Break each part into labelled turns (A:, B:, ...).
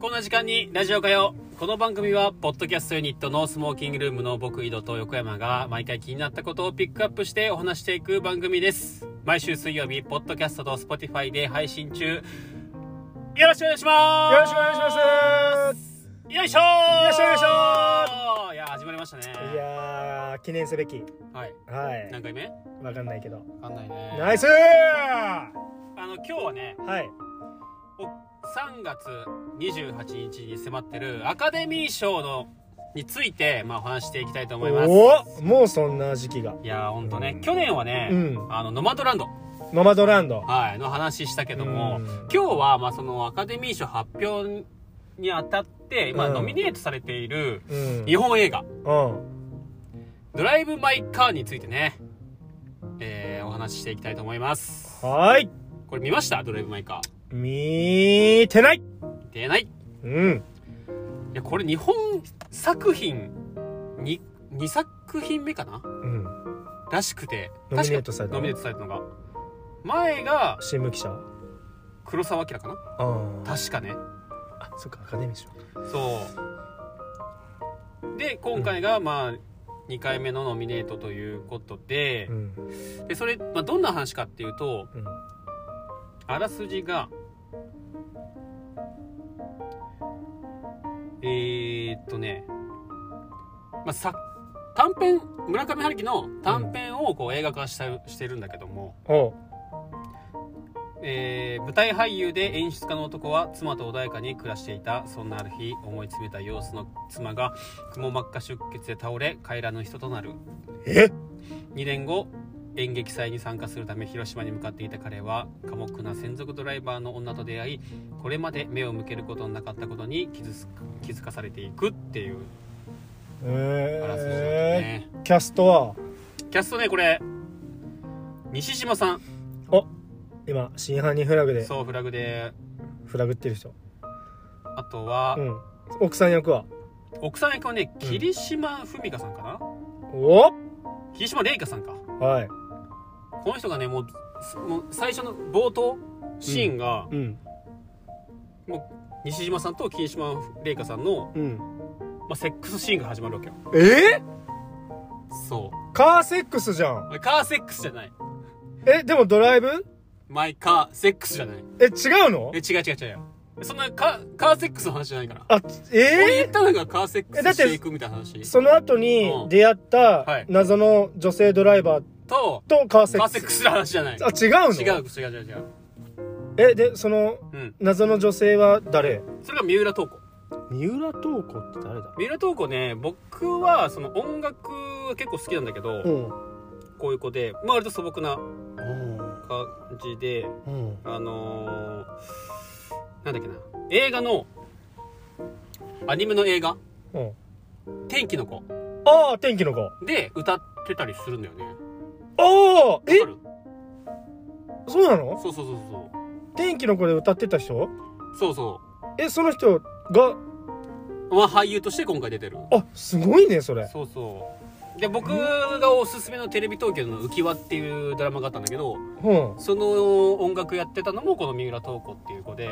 A: こんな時間にラジオかよこの番組はポッドキャストユニットのスモーキングルームの僕井戸と横山が毎回気になったことをピックアップしてお話していく番組です毎週水曜日ポッドキャストと Spotify で配信中よろしくお願いします
B: よろしくお願いします
A: すよいしょよ
B: いしょよいし
A: いや始まりました
B: い
A: ね
B: やー記念すべき
A: はい
B: はい
A: 何回目
B: わかんないけど
A: わかんないね
B: ナイスー
A: あの今日はね
B: はい
A: お3月28日に迫ってるアカデミー賞のについて、まあ、お話していきたいと思います
B: おもうそんな時期が
A: いやーほんとね去年はね、
B: うん
A: あのノマドランド、
B: ノマドランド
A: はい、の話したけども、
B: うん
A: 今日は、まあ、そのアカデミー賞発表にあたって、まあ、
B: うん
A: ノミネートされている
B: うん
A: 日本映画
B: うん
A: 「ドライブ・マイ・カー」についてね、えーお話ししていきたいと思います
B: はーい
A: これ見ましたドライブ・マイ・カ
B: 見てな
A: ー
B: い
A: 出ないい
B: うん
A: やこれ日本作品 2, 2作品目かな
B: うん
A: らしくて
B: ノミネートさ
A: 確か
B: れた
A: ノミネートされたのが前が
B: 新聞記者
A: 黒澤明かな
B: あー
A: 確かね
B: あそっかアカデミー賞
A: そうで今回がまあ2回目のノミネートということで
B: うん
A: でそれ、まあ、どんな話かっていうと
B: うん
A: あらすじがえー、っとね、まあ、さ短編村上春樹の短編をこう映画化したしてるんだけども、
B: おう
A: えー舞台俳優で演出家の男は妻と穏やかに暮らしていたそんなある日思い詰めた様子の妻がくも膜下出血で倒れ帰らぬ人となる
B: え
A: 2年後演劇祭に参加するため広島に向かっていた彼は寡黙な専属ドライバーの女と出会いこれまで目を向けることのなかったことに気づか気づかされていくっていうあらすじなんです
B: え
A: ね、
B: ーキャストは
A: キャストねこれ西島さん
B: 今真犯人フラグで
A: そうフラグで
B: フラグってる人
A: あとは、
B: うん奥さん役は
A: 奥さん役はね霧島文香さんかな、
B: お
A: 霧島玲香さんか
B: はい
A: この人がねもうすもう最初の冒頭シーンが、
B: うん
A: 西島さんと霧島玲香さんの、
B: うん
A: まあ、セックスシーンが始まるわけよ
B: えー
A: そ
B: カーセックスじゃん
A: うカーセックスじゃない
B: えでもドライブ
A: マイカーセックスじゃない
B: え違うの
A: え違う違う違うそんなカカーセックスの話じゃないから
B: あ
A: 俺
B: え
A: 言ったのがカーセック
B: え
A: ス
B: だっ
A: してていくみたいな話
B: ー、その後に
A: うん
B: 出会っ
A: はい
B: た謎の女性ドライバー
A: と
B: とカーセッ
A: カー
B: ク
A: セ
B: ス
A: ックスの話じゃない
B: あ違うの
A: 違う違う違う違う
B: えでその
A: うん
B: 謎の女性は誰
A: それが三浦透子
B: 三浦透子って誰だ
A: 三浦透子ね僕はその音楽は結構好きなんだけど、
B: うん
A: こういう子で、まあ、割と素朴な
B: うん
A: 感じで
B: うん
A: あのー、なんだっけな映画のアニメの映画
B: うん
A: 「天気の子
B: ああ天気の子」
A: で歌ってたりするんだよね
B: ああえ
A: わかる
B: そうなの
A: そうそうそうそう
B: 天気の子で歌ってた人
A: そうそ
B: えその人が
A: うまあ俳優として今回出てる
B: あすごいねそれ
A: そうそうで僕がおすすめのテレビ東京の「浮き輪」っていうドラマがあったんだけど
B: うん
A: その音楽やってたのもこの三浦透子っていう子で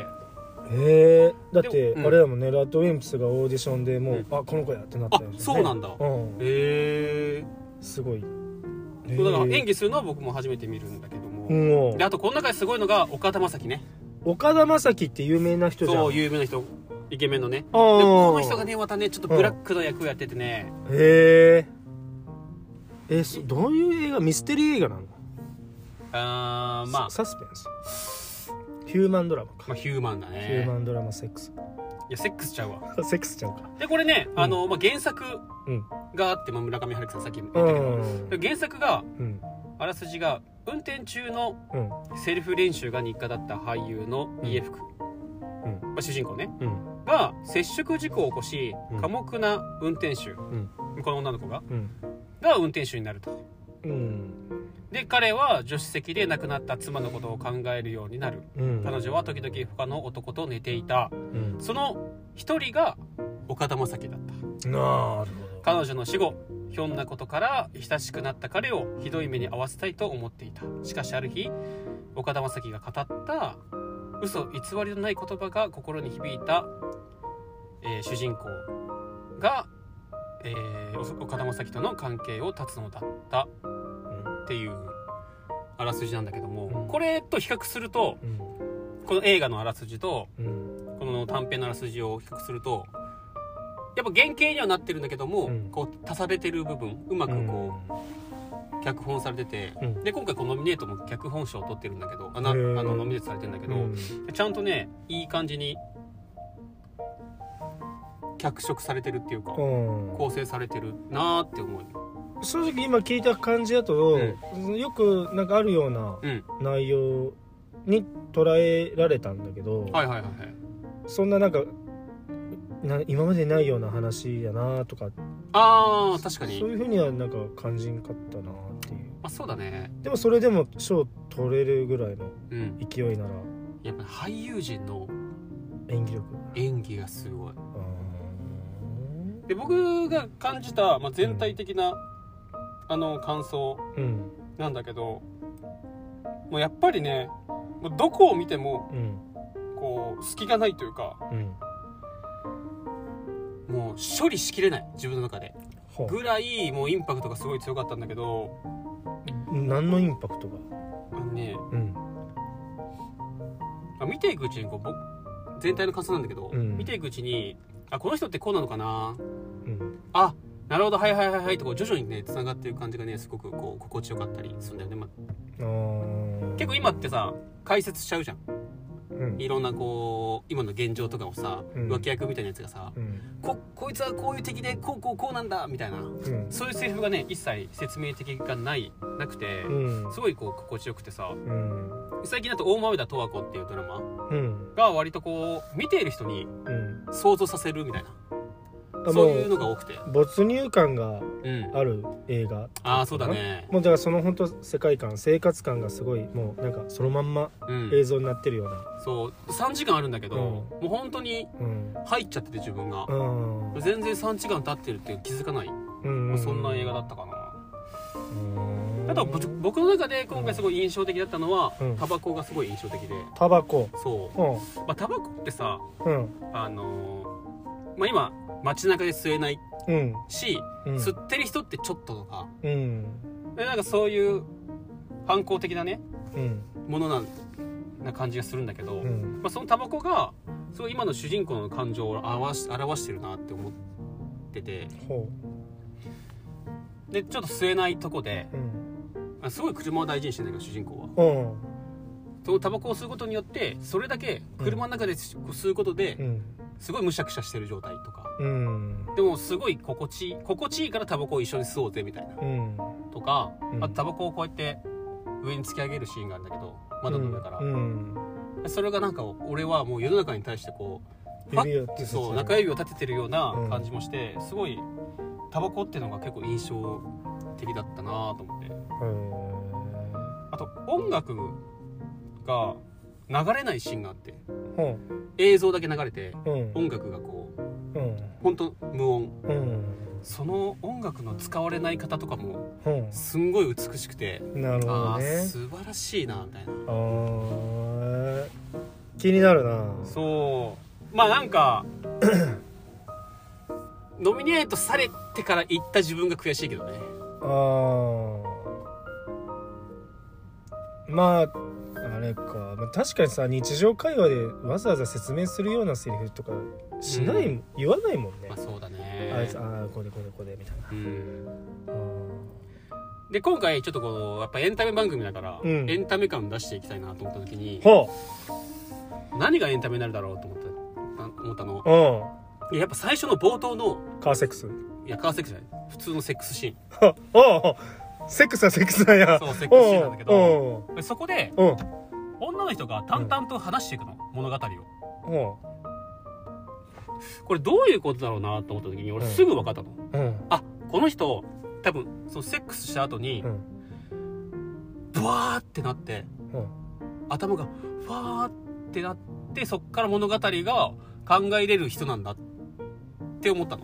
B: へえだって
A: でもうん
B: あれだもんね、ラッドウィンプスがオーディションでもう、
A: うん
B: あこの子やってなったよね
A: あそうなんだ
B: うん
A: へ
B: すごい
A: えだから演技するのは僕も初めて見るんだけども、
B: うん
A: であとこの中ですごいのが岡田将生ね
B: 岡田将生って有名な人じゃん
A: そう有名な人イケメンのね
B: あ
A: で
B: ー
A: この人がねまたねちょっとブラックの役をやっててね
B: へええそどういう映画ミステリー映画なの
A: あーまあ
B: ササスペンスヒューマンドラマか、
A: まあヒューマンだ
B: ヒュー
A: ね
B: マンドラマセックス
A: いやセックスちゃうわ
B: セックスちゃうか
A: でこれね
B: うん
A: あの、まあ、原作
B: うん
A: があって、まあ、村上春樹さんさっき言った
B: う
A: けど、
B: ん
A: で原作が
B: うん
A: あらすじが運転中の
B: うん
A: セルフ練習が日課だった俳優の家福、
B: うん
A: まあ、主人公ね
B: うん
A: が接触事故を起こし
B: うん
A: 寡黙な運転手、
B: ん
A: この女の子が
B: うん
A: が運転手になると
B: うん
A: で彼は助手席で亡くなった妻のことを考えるようになる
B: うん
A: 彼女は時々他の男と寝ていた
B: うん
A: その一人が岡田将生だった
B: なるほど
A: 彼女の死後ひょんなことから親しくなった彼をひどい目に遭わせたいと思っていたしかしある日岡田将生が語った嘘偽りのない言葉が心に響いたえー主人公が、えーお岡田将生との関係を断つのだったっていうあらすじなんだけども、
B: うん
A: これと比較すると
B: うん
A: この映画のあらすじと
B: うん
A: この短編のあらすじを比較するとやっぱ原型にはなってるんだけども、
B: うん
A: こう足されてる部分うまくこう、脚本されてて
B: うん
A: で今回このノミネートも脚本賞を取ってるんだけどあなあ
B: へー
A: のノミネートされてるんだけど、
B: うん
A: ちゃんとねいい感じに脚色されてるっていうか、
B: うん
A: 構成されてるなーって思う
B: 正直今聞いた感じだと、よくなんかあるような
A: うん
B: 内容に捉えられたんだけど、
A: はいはいはいはい
B: そんななんかな今までにないような話やなとか
A: あー確かに
B: そういうふうにはなんか感じんかったなっていう
A: まあそうだね
B: でもそれでも賞取れるぐらいの
A: うん
B: 勢いなら
A: やっぱ俳優陣の
B: 演技力
A: 演技がすごい
B: あー
A: で僕が感じた、まあ、全体的な、あの感想
B: うん
A: なんだけどもうやっぱりねもうどこを見ても
B: うん
A: こう隙がないというか
B: うん
A: もう処理しきれない自分の中で
B: ほう
A: ぐらいもうインパクトがすごい強かったんだけど
B: 何のインパクトが
A: あのね、
B: うん
A: まあ、見ていくうちにこう僕全体の感想なんだけど、
B: うん
A: 見ていくうちにあこの人ってこうなのかな
B: うん
A: あなるほどはいはいはいはいとこう徐々にねつながっていく感じがねすごくこう心地よかったりするんだよね、まあ
B: あー
A: 結構今ってさ解説しちゃうじゃん
B: うん
A: いろんなこう今の現状とかをさ、
B: うん
A: 脇役みたいなやつがさ
B: うん
A: ここいつはこういう敵でこうこうこうなんだみたいな
B: うん
A: そういうセリフがね一切説明的がないなくて、
B: うん
A: すごいこう心地よくてさ
B: うん
A: 最近だと「大豆田十和子」っていうドラマ
B: うん
A: が割とこう見ている人に
B: うん
A: 想像させるみたいな
B: あ
A: そう
B: も
A: いう
B: う
A: のが多くて
B: 没入感が
A: うん
B: ある映画
A: ああそうだね
B: もうだからその本当世界観生活感がすごいもうなんかそのまんま
A: うん
B: 映像になってるような
A: そう3時間あるんだけど、
B: うん
A: もう本当に
B: うん
A: 入っちゃってて自分が
B: う、ん
A: 全然3時間経ってるって気づかない、
B: うん
A: そんな映画だったかな
B: うん
A: あとはぼ僕の中で今回すごい印象的だったのは、
B: うん
A: タバコがすごい印象的で
B: タバコ
A: そうう、まあ、タバコってさ
B: ん
A: あのーまあ今街中で吸えない
B: うん
A: し、
B: うん
A: 吸ってる人ってちょっととか
B: うん
A: でなんかそういう反抗的なね
B: うん
A: ものなんな感じがするんだけど、
B: うん
A: まあ、そのタバコがすごい今の主人公の感情を表し表してるなって思ってて
B: ほ
A: でちょっと吸えないとこで
B: ううん
A: あすごい車を大事にしてんだけど主人公は
B: うん
A: そのタバコを吸うことによってそれだけ車の中で吸吸うこと
B: う
A: で
B: ん
A: すごいむしゃくしゃしてる状態とか
B: うん
A: でもすごい心地いい心地いいからタバコを一緒に吸おうぜみたいな
B: うん
A: とか
B: うん
A: あとタバコをこうやって上に突き上げるシーンがあるんだけど窓の上から
B: う、ん
A: それがなんか俺はもう世の中に対してこうファッ
B: 指をって
A: そう中指を立ててるような感じもして、すごいタバコっていうのが結構印象的だったなと思ってあと音楽が流れないシーンがあって
B: ほ
A: 映像だけ流れて
B: ううん
A: 音楽がこう
B: うん
A: ほんと無音
B: うん
A: その音楽の使われない方とかも
B: うん
A: すんごい美しくて、
B: なるほ
A: あ
B: ど
A: あ
B: ね
A: 素晴らしいなみたいな
B: あー気になるな
A: そうまあなんか ノミネートされてから行った自分が悔しいけどね
B: あーまああれかまあ確かにさ日常会話でわざわざ説明するようなセリフとかしない、
A: う
B: 言わないもんね
A: まあ、そうだね
B: あいつああこれこれこれみたいな
A: うん
B: あ
A: で今回ちょっとこうやっぱエンタメ番組だから、
B: うん
A: エンタメ感出していきたいなと思った時に
B: ーほ
A: 何がエンタメになるだろうと思ったあ思ったの
B: う
A: い
B: う
A: ややっぱ最初の冒頭の
B: んカーセックス
A: いやカーセックスじゃない普通のセックスシ
B: ああセックスはセックスなん
A: ーン
B: や
A: そうセックスシーンなんだけど
B: おう
A: でそこで
B: おう
A: 女の人が淡々と話していくの、物語を
B: おうお
A: これどういうことだろうなと思った時に俺すぐ分かったの、
B: ううん
A: あこの人多分そのセックスした後に
B: うん
A: ブワーってなって
B: うん
A: 頭がファーってなってそっから物語が考えれる人なんだって思ったの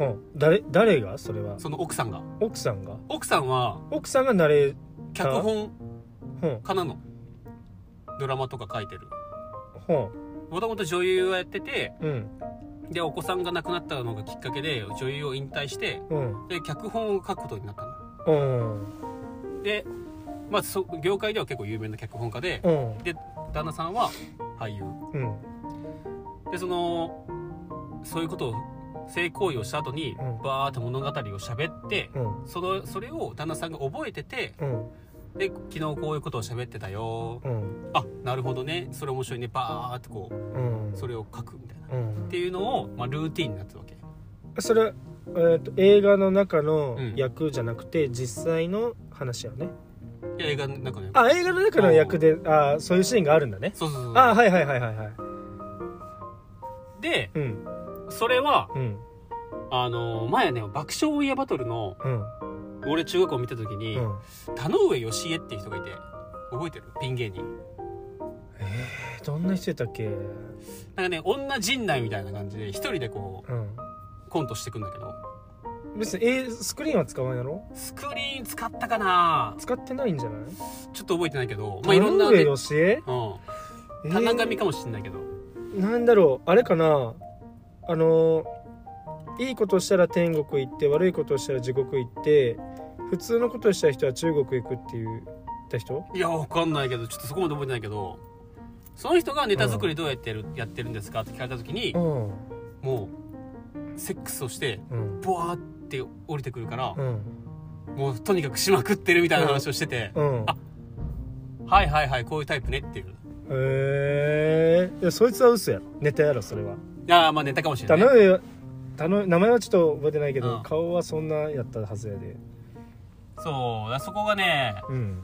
B: うん誰誰がそれは
A: その奥さんが
B: 奥さんが
A: 奥さんは
B: 奥さんがナレー
A: 脚本
B: うん
A: 家なのドラマとか書いてる
B: ほ
A: もともと女優をやってて
B: ううん
A: でお子さんが亡くなったのがきっかけで女優を引退して
B: うん
A: で脚本を書くことになったの
B: うん
A: で、まあ、そ業界では結構有名な脚本家で
B: うん
A: 旦那さんは俳優
B: うん
A: でそのそういうことを性行為をした後に
B: うん
A: バーッと物語を喋って
B: うん
A: そのそれを旦那さんが覚えてて
B: うん
A: で昨日こういうことを喋ってたよ
B: うん
A: あなるほどねそれ面白いねバーッとこう
B: うん
A: それを書くみたいなっ
B: うん
A: ていうのを、まあ、ルーティンになってるわけ
B: それは、えー、と映画の中の
A: うん
B: 役じゃなくて、実際の話やね
A: いや映画の中ね
B: あ映画の中の役であーそういうシーンがあるんだね
A: そうそうそう
B: あーはいはいはいはいはい
A: で
B: うん
A: それは
B: うん
A: あの前ね爆笑オンエアバトルの
B: うん
A: 俺中学校見た時に、
B: うん
A: 田上義恵っていう人がいて覚えてるピン芸人
B: えどんな人だったっけうん
A: なんかね女陣内みたいな感じで一人でこうコントしてくんだけど
B: 別に、えースクリーンは使わないだろ
A: スクリーン使ったかな
B: 使ってないんじゃない
A: ちょっと覚えてないけどま
B: 田
A: あいろんな、
B: 上
A: ね、
B: よしえ
A: うん
B: え
A: 田中
B: ー
A: かもしんないけど、
B: なんだろうあれかなあのーいいことしたら天国行って悪いことしたら地獄行って普通のことした人は中国行くって言った人
A: いやわかんないけどちょっとそこまで覚えてないけどその人がネタ作りどうやってる、やってるんですかって聞かれた時に、
B: うん
A: もうセックスをして
B: うん
A: ボワーって降りてくるから
B: う、ん
A: もうとにかくしまくってるみたいな話をしてて、
B: うん
A: あはいはいはいこういうタイプねっていう
B: へえそいつは嘘やろネタやろそれは
A: ああまあネタかもしれ
B: 田
A: ない
B: 上田上名前はちょっと覚えてないけど、
A: うん
B: 顔はそんなやったはずやで
A: そうだからそこがね
B: うん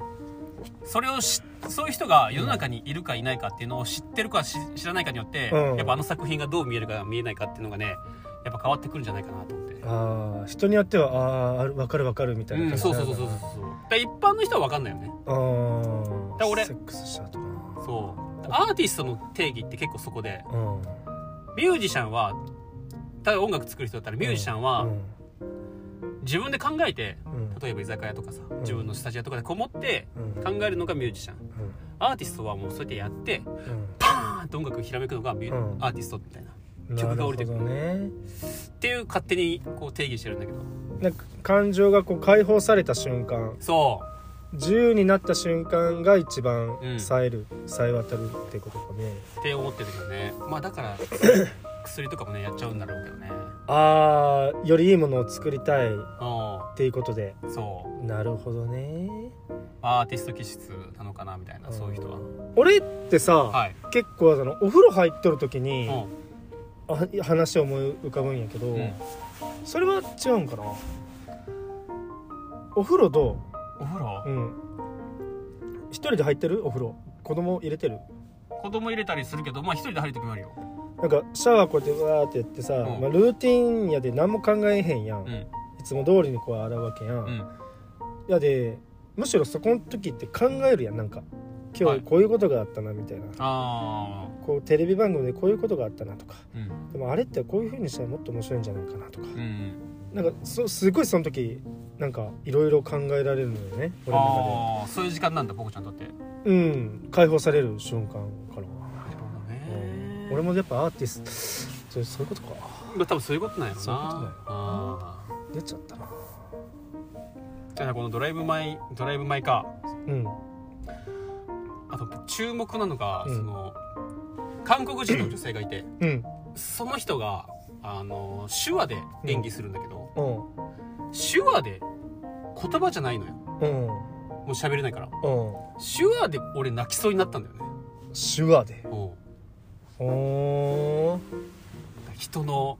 A: それをしそういう人が世の中にいるかいないかっていうのを知ってるかし知らないかによって、
B: うん
A: やっぱあの作品がどう見えるか見えないかっていうのがねやっぱ変わってくるんじゃないかなと思って
B: ああ人によってはあーある分かる分かるみたいな
A: うん、
B: 感じ
A: そう
B: にな
A: そ
B: る
A: う
B: か
A: そうそう
B: な
A: そうそうだから一般の人は分かんないよね
B: あ
A: だ
B: あ
A: 俺
B: セックスしたとか
A: そうアーティストの定義って結構そこで
B: うん
A: ミュージシャンはただ音楽作る人だったらミュージシャンは
B: うん
A: 自分で考えて
B: うん
A: 例えば居酒屋とかさ
B: ん
A: 自分のスタジオとかでこもって
B: うん
A: 考えるのがミュージシャンアーティストはもうそうやってやって
B: うん
A: パーンと音楽ひらめくのがミュ、
B: うん
A: アーティストみたいなっ
B: うん
A: 曲が降りてくる
B: なるほどね
A: ていう勝手にこう定義してるんだけど
B: なんか感情がこう解放された瞬間
A: そ
B: 自由になった瞬間が一番
A: うん
B: 冴える、冴え渡るってことかね
A: うって思ってるけどねまあだ から薬とかもねやっちゃうんだろうけどね
B: ああよりいいものを作りたいっ
A: う
B: ていうことで
A: んそう
B: なるほどね
A: アーティスト気質なのかなみたいなそういう人は
B: 俺ってさ、
A: はい
B: 結構そのお風呂入っとる時
A: う
B: に、
A: ん
B: あ話を思い浮かぶんやけど、
A: うん
B: それは違うんかなお風呂ど
A: お風呂
B: ううん一人で入ってるお風呂子供入れてる
A: 子供入れたりするけどまあ一人で入る時もあるよ
B: なんかシャワーこうやってわーってやってさ、
A: うん
B: まあ、ルーティンやで何も考えへんやん、
A: う
B: い
A: ん
B: つも通りにこう洗うわけやん、
A: うん
B: やでむしろそこの時って考えるやんなんか今
A: は
B: 日
A: い
B: こういうことがあったなみたいな、
A: あ
B: こうテレビ番組でこういうことがあったなとか
A: ーうん
B: でもあれってこういう風にしたらもっと面白いんじゃないかなとか、
A: うん
B: なんかそすごいその時なんかいろいろ考えられるのよね俺の
A: ああそういう時間なんだ僕ちゃんとって
B: 中でうん解放される瞬間かな、
A: なるほど
B: うん
A: ね
B: 俺もやっぱアーティストそうそういうことか
A: まあ多分そういうことなんやろな
B: そういうことだよ
A: あー
B: 出ちゃったな
A: じゃあこのドライブ・マイ・ドライブ・マイ・カ
B: うん
A: ーあと注目なのが、
B: うん
A: その韓国人の女性がいて
B: うん
A: その人があの手話で演技するんだけど、
B: うん
A: 手話で言葉じゃないのよ
B: うん
A: もう喋れないから
B: うん
A: 手話で俺泣きそうになったんだよね
B: 手話で
A: うん
B: おー
A: 人の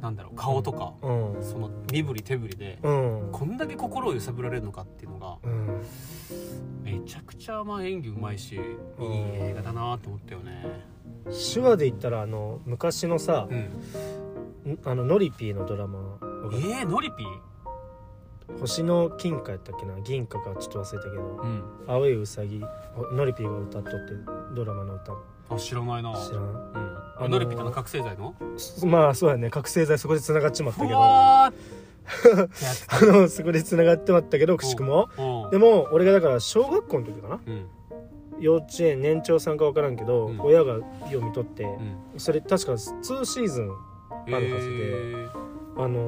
A: なんだろう顔とか、
B: うん
A: その身振り手振りで、
B: うん
A: こんだけ心を揺さぶられるのかっていうのが
B: うん
A: めちゃくちゃまあ演技うまいしいい
B: うん
A: 映画だなと思ったよね
B: 手話で言ったらあの昔のさ
A: う、ん
B: んあのノリピーのドラマ
A: えー、ノリピー
B: 星の金貨やったっけな銀貨かちょっと忘れたけど
A: うん
B: 「青いうさぎ」ノリピーが歌っとってドラマの歌も
A: あ知らないな
B: 知らん
A: うん
B: あのー
A: ノリピーってあの覚醒剤の
B: そまあそうやね覚醒剤そこでつながっちまったけ
A: う
B: どあ
A: わーってやつ
B: のそこでつながってまったけどくしくも
A: うん
B: でも俺がだから小学校の時かな
A: うん
B: 幼稚園年長さんか分からんけど、
A: うん
B: 親が読み取って、
A: うん
B: それ確か2シーズン
A: え
B: あるはずで
A: ー、
B: あの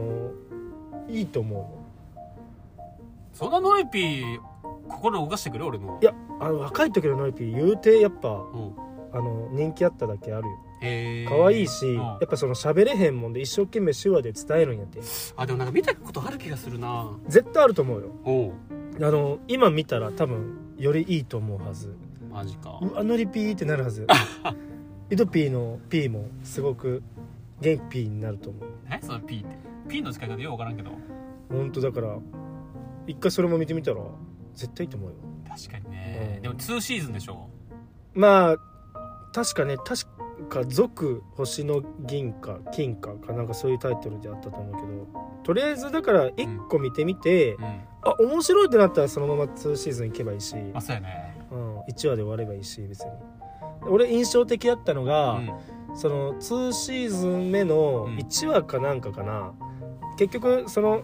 B: ーいいと思
A: そんなノエピー心動かしてくれ俺の
B: ういやあの若い時のノイピー言うてやっぱ
A: うん
B: あの人気あっただけあるよ
A: えー、
B: 可愛いし、
A: うん
B: やっぱその喋れへんもんで一生懸命手話で伝えるんやって
A: あでもなんか見たことある気がするな
B: 絶対あると思うよ
A: おう
B: あの今見たら多分よりいいと思うはず
A: マジか
B: うわノリピーってなる はずイドピーのピーもすごく元気ピーになると思う
A: 何その P って P の使い方よくわからんけど
B: ほんとだから一回それも見てみたら絶対いいと思うよ
A: 確かにね、
B: うん
A: でも2シーズンでしょ
B: まあ確かね確か「属星の銀貨金貨」かなんかそういうタイトルであったと思うけどとりあえずだから一個見てみて、
A: うんま
B: あ面白いってなったらそのまま2シーズンいけばいいし、
A: あそうやね
B: うん、1話で終わればいいし別に俺印象的だったの
A: う
B: が、
A: ん
B: その2シーズン目の
A: うん
B: 1話かなんかかな、結局その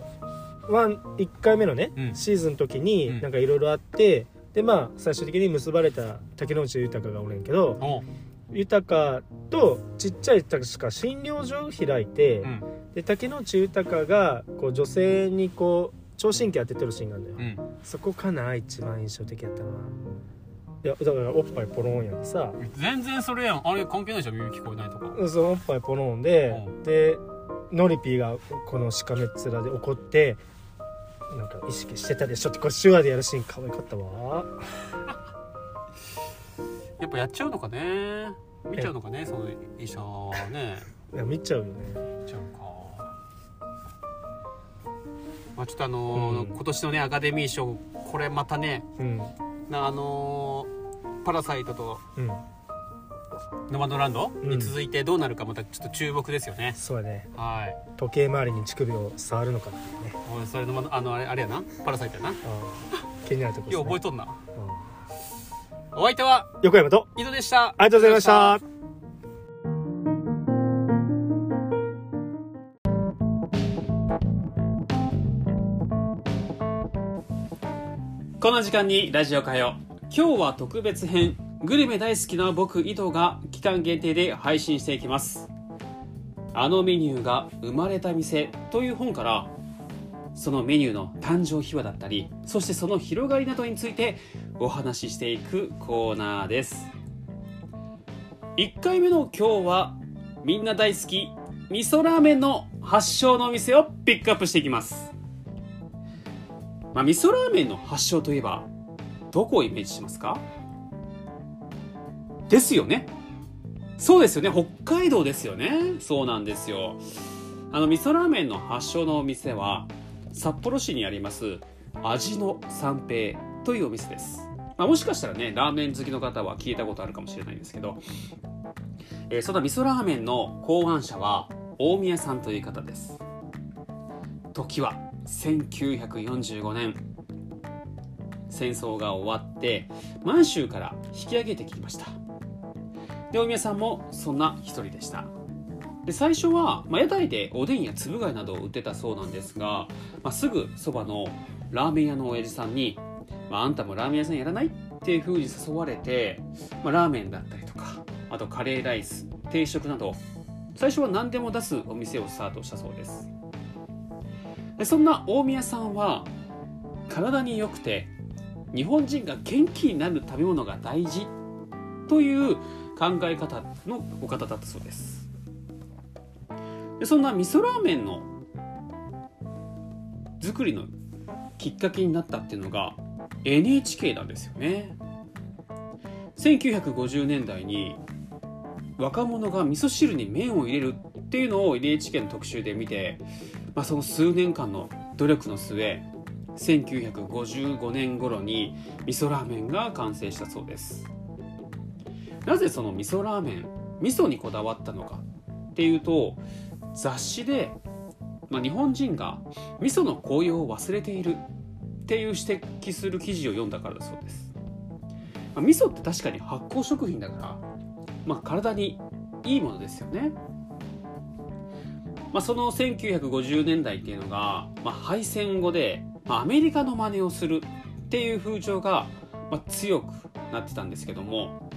B: 1回目のね、
A: うん
B: シーズンの時
A: うん
B: になんかいろいろあって、でまあ最終的に結ばれた竹野内豊がおるんやけど
A: おう
B: 豊とちっちゃい確か診療所を開いて、
A: うん
B: で竹野内豊がこう女性にこう聴診器当ててるシーンがあるんだよ、
A: うん
B: そこかな一番印象的やったのはいやだからおっぱいポロンやってさ
A: 全然それやんあれ関係ないじゃん耳聞こえないとか
B: そのおっぱいポロンで、
A: うん
B: でノリピーがこのしかめっ面で怒ってなんか意識してたでしょってこう手話でやるシーン可愛かったわ
A: やっぱやっちゃうのかね見ちゃうのかねその医者はね
B: いや見ちゃうよね
A: 見ちゃうかまあちょっとあのー
B: うん
A: 今年のねアカデミー賞これまたね
B: うん
A: なあのーパラサイトと
B: うん
A: ノマドランド
B: う
A: に
B: ん
A: 続いてどうなるかまたちょっと注目ですよね、
B: そうやね
A: はい
B: 時計回りに乳首を触るのかっていうね
A: おいそれのまあのあれあれやなパラサイトやなよ
B: あー気になるとこ
A: う覚え
B: ですね
A: とんな
B: うん
A: お相手は
B: 横山と
A: 井戸でした
B: ありがとうございました
A: この時間にラジオかよ今日は特別編グルメ大好きな僕井戸が期間限定で配信していきますあのメニューが生まれた店という本からそのメニューの誕生秘話だったりそしてその広がりなどについてお話ししていくコーナーです1回目の今日はみんな大好き味噌ラーメンの発祥のお店をピックアップしていきますまあ、味噌ラーメンの発祥といえばどこをイメージしますかですよねそうですよね北海道ですよねそうなんですよあの味噌ラーメンの発祥のお店は札幌市にあります味の三平というお店です、まあ、もしかしたらねラーメン好きの方は聞いたことあるかもしれないんですけど、えーその味噌ラーメンの考案者は大宮さんという方です時は1945年戦争が終わって満州から引き上げてきましたでお宮さんもそんな一人でしたで最初は、まあ、屋台でおでんやつぶ貝などを売ってたそうなんですが、まあ、すぐそばのラーメン屋の親父さんに、まあ、あんたもラーメン屋さんやらないっていうふうに誘われて、まあ、ラーメンだったりとかあとカレーライス定食など最初は何でも出すお店をスタートしたそうですでそんな大宮さんは体に良くて日本人が元気になる食べ物が大事という考え方のお方だったそうですでそんな味噌ラーメンの作りのきっかけになったっていうのが NHK なんですよね1950年代に若者が味噌汁に麺を入れるっていうのを NHK の特集で見てまあ、その数年間の努力の末1955年頃に味噌ラーメンが完成したそうですなぜその味噌ラーメン味噌にこだわったのかっていうと雑誌で、まあ、日本人が味噌の紅葉を忘れているっていう指摘する記事を読んだからだそうです、まあ、味噌って確かに発酵食品だから、まあ、体にいいものですよねまあ、その1950年代っていうのが、まあ、敗戦後で、まあ、アメリカの真似をするっていう風潮が、まあ、強くなってたんですけども、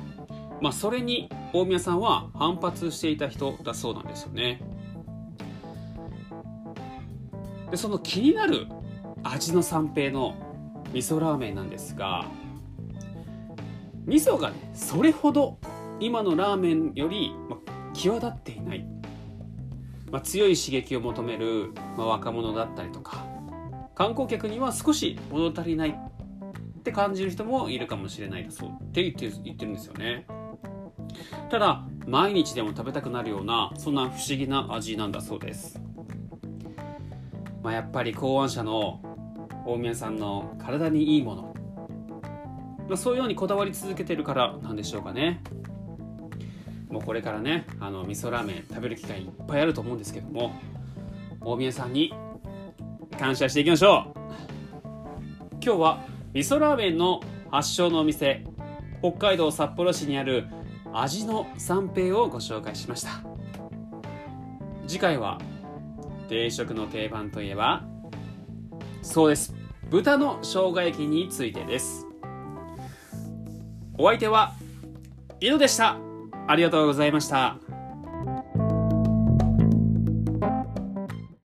A: まあ、それに大宮さんは反発していた人だそうなんですよね。でその気になる味の三平の味噌ラーメンなんですが味噌がねそれほど今のラーメンより、まあ、際立っていない、まあ、強い刺激を求める、まあ、若者だったりとか観光客には少し物足りないって感じる人もいるかもしれないだそうって言ってる言ってるんですよねただ毎日でも食べたくなるようなそんな不思議な味なんだそうですまあやっぱり考案者の大宮さんの体にいいもの、まあ、そういうようにこだわり続けてるからなんでしょうかねもうこれからねあの味噌ラーメン食べる機会いっぱいあると思うんですけども大宮さんに感謝していきましょう今日は味噌ラーメンの発祥のお店北海道札幌市にある味の三平をご紹介しました次回は定食の定番といえばそうです豚の生姜焼きについてですお相手は井戸でしたありがとうございました